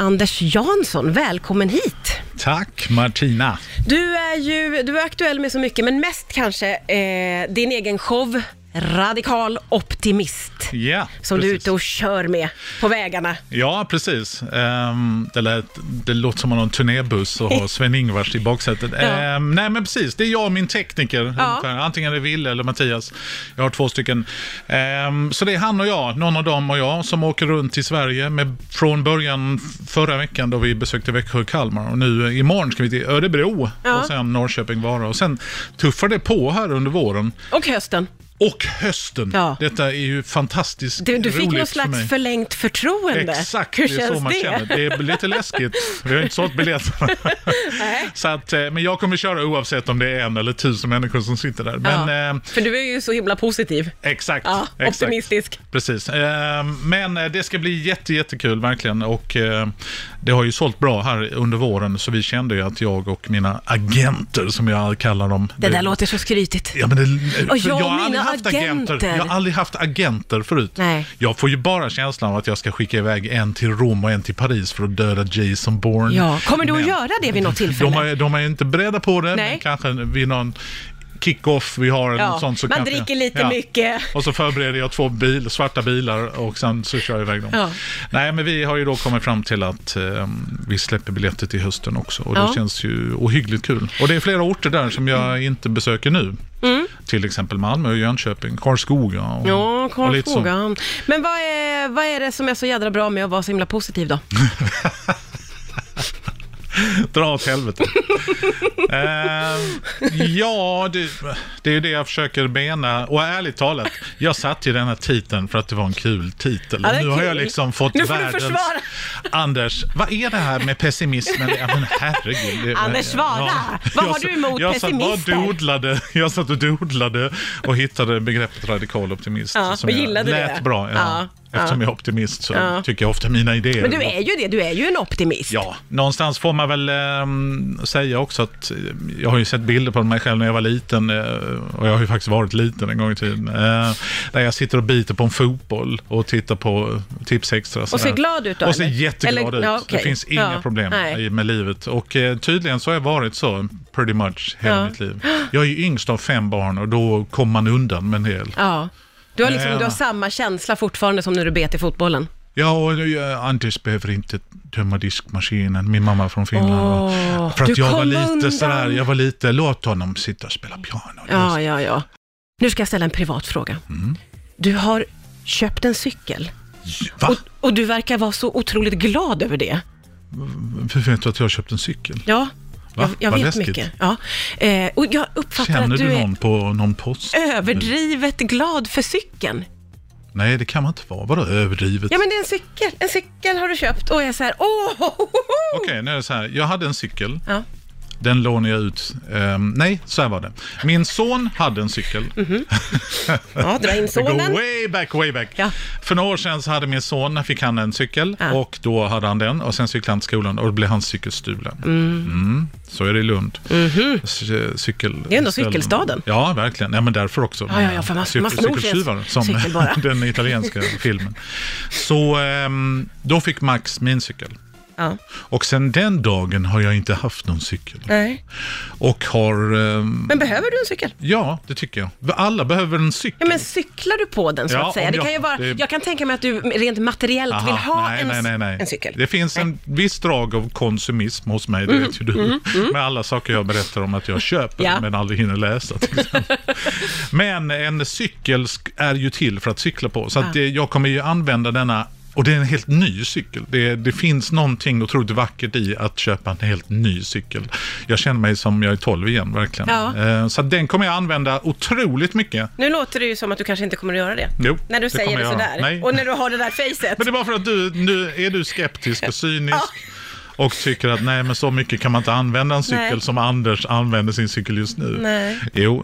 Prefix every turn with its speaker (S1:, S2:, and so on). S1: Anders Jansson. Välkommen hit!
S2: Tack Martina.
S1: Du är ju du är aktuell med så mycket, men mest kanske eh, din egen show Radikal optimist,
S2: Ja,
S1: som du är
S2: precis.
S1: ute och kör med på vägarna.
S2: Ja, precis. Ehm, det, lät, det låter som någon turnébuss och har Sven-Ingvars i baksätet. Ehm, nej, men precis. Det är jag och min tekniker.
S1: Ja.
S2: ungefär. Antingen det är Wille eller Mattias. Jag har två stycken. Ehm, så det är han och jag, någon av dem och jag, som åker runt i Sverige. Med, från början f- förra veckan då vi besökte Växjö och Kalmar. Och nu eh, imorgon ska vi till Örebro
S1: Ja.
S2: och sen Norrköping, Vara. Och sen tuffar det på här under våren.
S1: Och hösten.
S2: Och hösten.
S1: Ja.
S2: Detta är ju fantastiskt
S1: Du, du
S2: roligt
S1: fick något
S2: för mig.
S1: slags förlängt förtroende.
S2: Exakt,
S1: Hur
S2: det är
S1: känns
S2: så man
S1: det?
S2: känner. Det är lite läskigt. Vi har inte sålt biljetterna.
S1: Nej.
S2: så att, eh, men jag kommer köra oavsett om det är en eller tusen människor som sitter där. Men,
S1: ja.
S2: eh,
S1: För du är ju så himla positiv.
S2: Exakt.
S1: Ja,
S2: exakt.
S1: optimistisk.
S2: Precis. Eh, Men eh, det ska bli jätte, jättekul verkligen. Och eh, det har ju sålt bra här under våren så vi kände ju att jag och mina agenter som jag kallar dem.
S1: Det där låter så skrytigt.
S2: Ja, men det,
S1: Och
S2: för
S1: jag och
S2: har
S1: mina
S2: aldrig haft
S1: agenter.
S2: Jag har aldrig haft agenter förut.
S1: Nej.
S2: Jag får ju bara känslan av att jag ska skicka iväg en till Rom och en till Paris för att döda Jason Bourne.
S1: Ja. Kommer du att
S2: Men
S1: göra det vid något tillfälle?
S2: De, har, de är inte beredda på det,
S1: Nej.
S2: men kanske vid någon kick-off vi har eller
S1: Ja,
S2: något sånt. Så
S1: man
S2: kanske-
S1: dricker lite mycket.
S2: Och så förbereder jag två bil, svarta bilar och sen så kör jag iväg dem.
S1: Ja.
S2: Nej, men vi har ju då kommit fram till att eh, vi släpper biljetter till hösten också och
S1: Ja. Mm.
S2: det känns ju ohyggligt kul. Och det är flera orter där som jag inte besöker nu. Till exempel Malmö och Jönköping, Karlskoga och,
S1: Ja,
S2: Mm. och lite sånt.
S1: Karlskoga. Men vad är, vad är det som är så jädra bra med att vara så himla positiv då?
S2: Dra åt helvete. eh, ja, det, det är ju det jag försöker mena. Och ärligt talat, jag satte ju den här titeln för att det var en kul titel.
S1: Ja, det är
S2: nu har
S1: kul.
S2: jag liksom fått
S1: Nu får du
S2: världens...
S1: försvara.
S2: Anders, vad är det här med pessimismen? Ja, men herregud. det-
S1: Anders, svara. Vad har
S2: Jag-
S1: du emot
S2: jag satt bara och
S1: pessimister?
S2: doodlade, jag satt och doodlade och hittade begreppet radikal optimist.
S1: Ja, och
S2: jag-
S1: gillade
S2: lät
S1: det.
S2: bra. Ja.
S1: Ja,
S2: Eftersom jag är optimist så tycker jag ofta mina idéer
S1: Men du är ju det, du är ju en optimist.
S2: Ja, någonstans får man väl ehm, säga också att eh, jag har ju sett bilder på mig själv när jag var liten eh, och jag har ju faktiskt varit liten en gång i tiden. Eh, där jag sitter och biter på en fotboll och tittar på eh, tips extra.
S1: Och ser glad ut då,
S2: Och ser
S1: eller?
S2: jätteglad
S1: Eller-
S2: ut.
S1: ja, okej.
S2: Det finns inga
S1: Ja,
S2: problem
S1: nej.
S2: i- med livet. Och eh, tydligen så har jag varit så pretty much hela
S1: Ja.
S2: mitt liv. Jag är ju yngst av fem barn och då kommer man undan med en del.
S1: Ja. Du har, liksom,
S2: Nej,
S1: du har
S2: va.
S1: samma känsla fortfarande som när du bet i fotbollen.
S2: Ja, och eh, Anders behöver inte tömma diskmaskinen, min mamma från Finland.
S1: Åh,
S2: Och- för att
S1: du
S2: jag var
S1: kom
S2: lite
S1: undan.
S2: sådär, jag var lite, låt honom sitta och spela piano.
S1: Ja, ja, ja. Nu ska jag ställa en privat fråga.
S2: Mm.
S1: Du har köpt en cykel
S2: Va?
S1: och, och du verkar vara så otroligt glad över det.
S2: Hur vet du att jag har köpt en cykel?
S1: Ja,
S2: Va?
S1: jag, jag
S2: Vad
S1: vet
S2: läskigt.
S1: mycket. Ja. Eh, och jag uppfattar
S2: Känner
S1: att du,
S2: du
S1: är
S2: någon på någon post?
S1: överdrivet glad för cykeln.
S2: Nej, det kan man inte vara. Vadå överdrivet?
S1: Ja, men det är en cykel. En cykel har du köpt och jag är så här, åh! ho, ho, ho.
S2: Okej, nu är det så här. Jag hade en cykel.
S1: Ja.
S2: Den lånade jag ut. Ehm, nej, så här var det. Min son hade en cykel.
S1: Ja, dra in
S2: Go
S1: sonen.
S2: way back, way back.
S1: Ja.
S2: För några år sedan så hade min son, fick han en cykel
S1: Ja.
S2: och då hade han den och sen cyklade han till skolan och då blev hans cykel stulen. Mm, Så är det i Lund. C- cykel,
S1: Mhm. Det är ändå cykelstaden.
S2: Ja, verkligen. Ja, men därför också.
S1: Ja, ja, ja, för man- man snor sig
S2: cykeltjuvar, som
S1: cykel bara.
S2: den italienska filmen. Så ehm, då fick Max min cykel.
S1: Ja.
S2: Och sen den dagen har jag inte haft någon cykel.
S1: Nej.
S2: Och har... ehm,
S1: Men behöver du en cykel?
S2: ja, det tycker jag. Alla behöver en cykel.
S1: Ja, men cyklar du på den så
S2: Ja,
S1: att säga?
S2: om
S1: Det
S2: jag-
S1: kan ju vara,
S2: det-
S1: Jag kan tänka mig att du rent materiellt vill ha en, en cykel. Mm,
S2: Det finns en viss drag av konsumism hos mig, det vet ju du. Med alla saker jag berättar om att jag köper,
S1: Ja.
S2: men aldrig hinner läsa. till exempel. men en cykel sk- är ju till för att cykla på, så att det, jag kommer ju använda denna och det är en helt ny cykel. Det, det finns någonting otroligt vackert i att köpa en helt ny cykel. Jag känner mig som jag är 12 igen, verkligen.
S1: Ja.
S2: Eh, Så att den kommer jag använda otroligt mycket.
S1: Nu låter det ju som att du kanske inte kommer att göra det.
S2: Jo,
S1: när du
S2: det
S1: säger
S2: kommer
S1: det
S2: jag göra.
S1: sådär.
S2: Nej.
S1: Och när du har det där facet.
S2: Men det är bara för att du, nu är du skeptisk och cynisk. Och tycker att nej men så mycket kan man inte använda en cykel
S1: Nej.
S2: som Anders använder sin cykel just nu.
S1: Nej.
S2: Jo,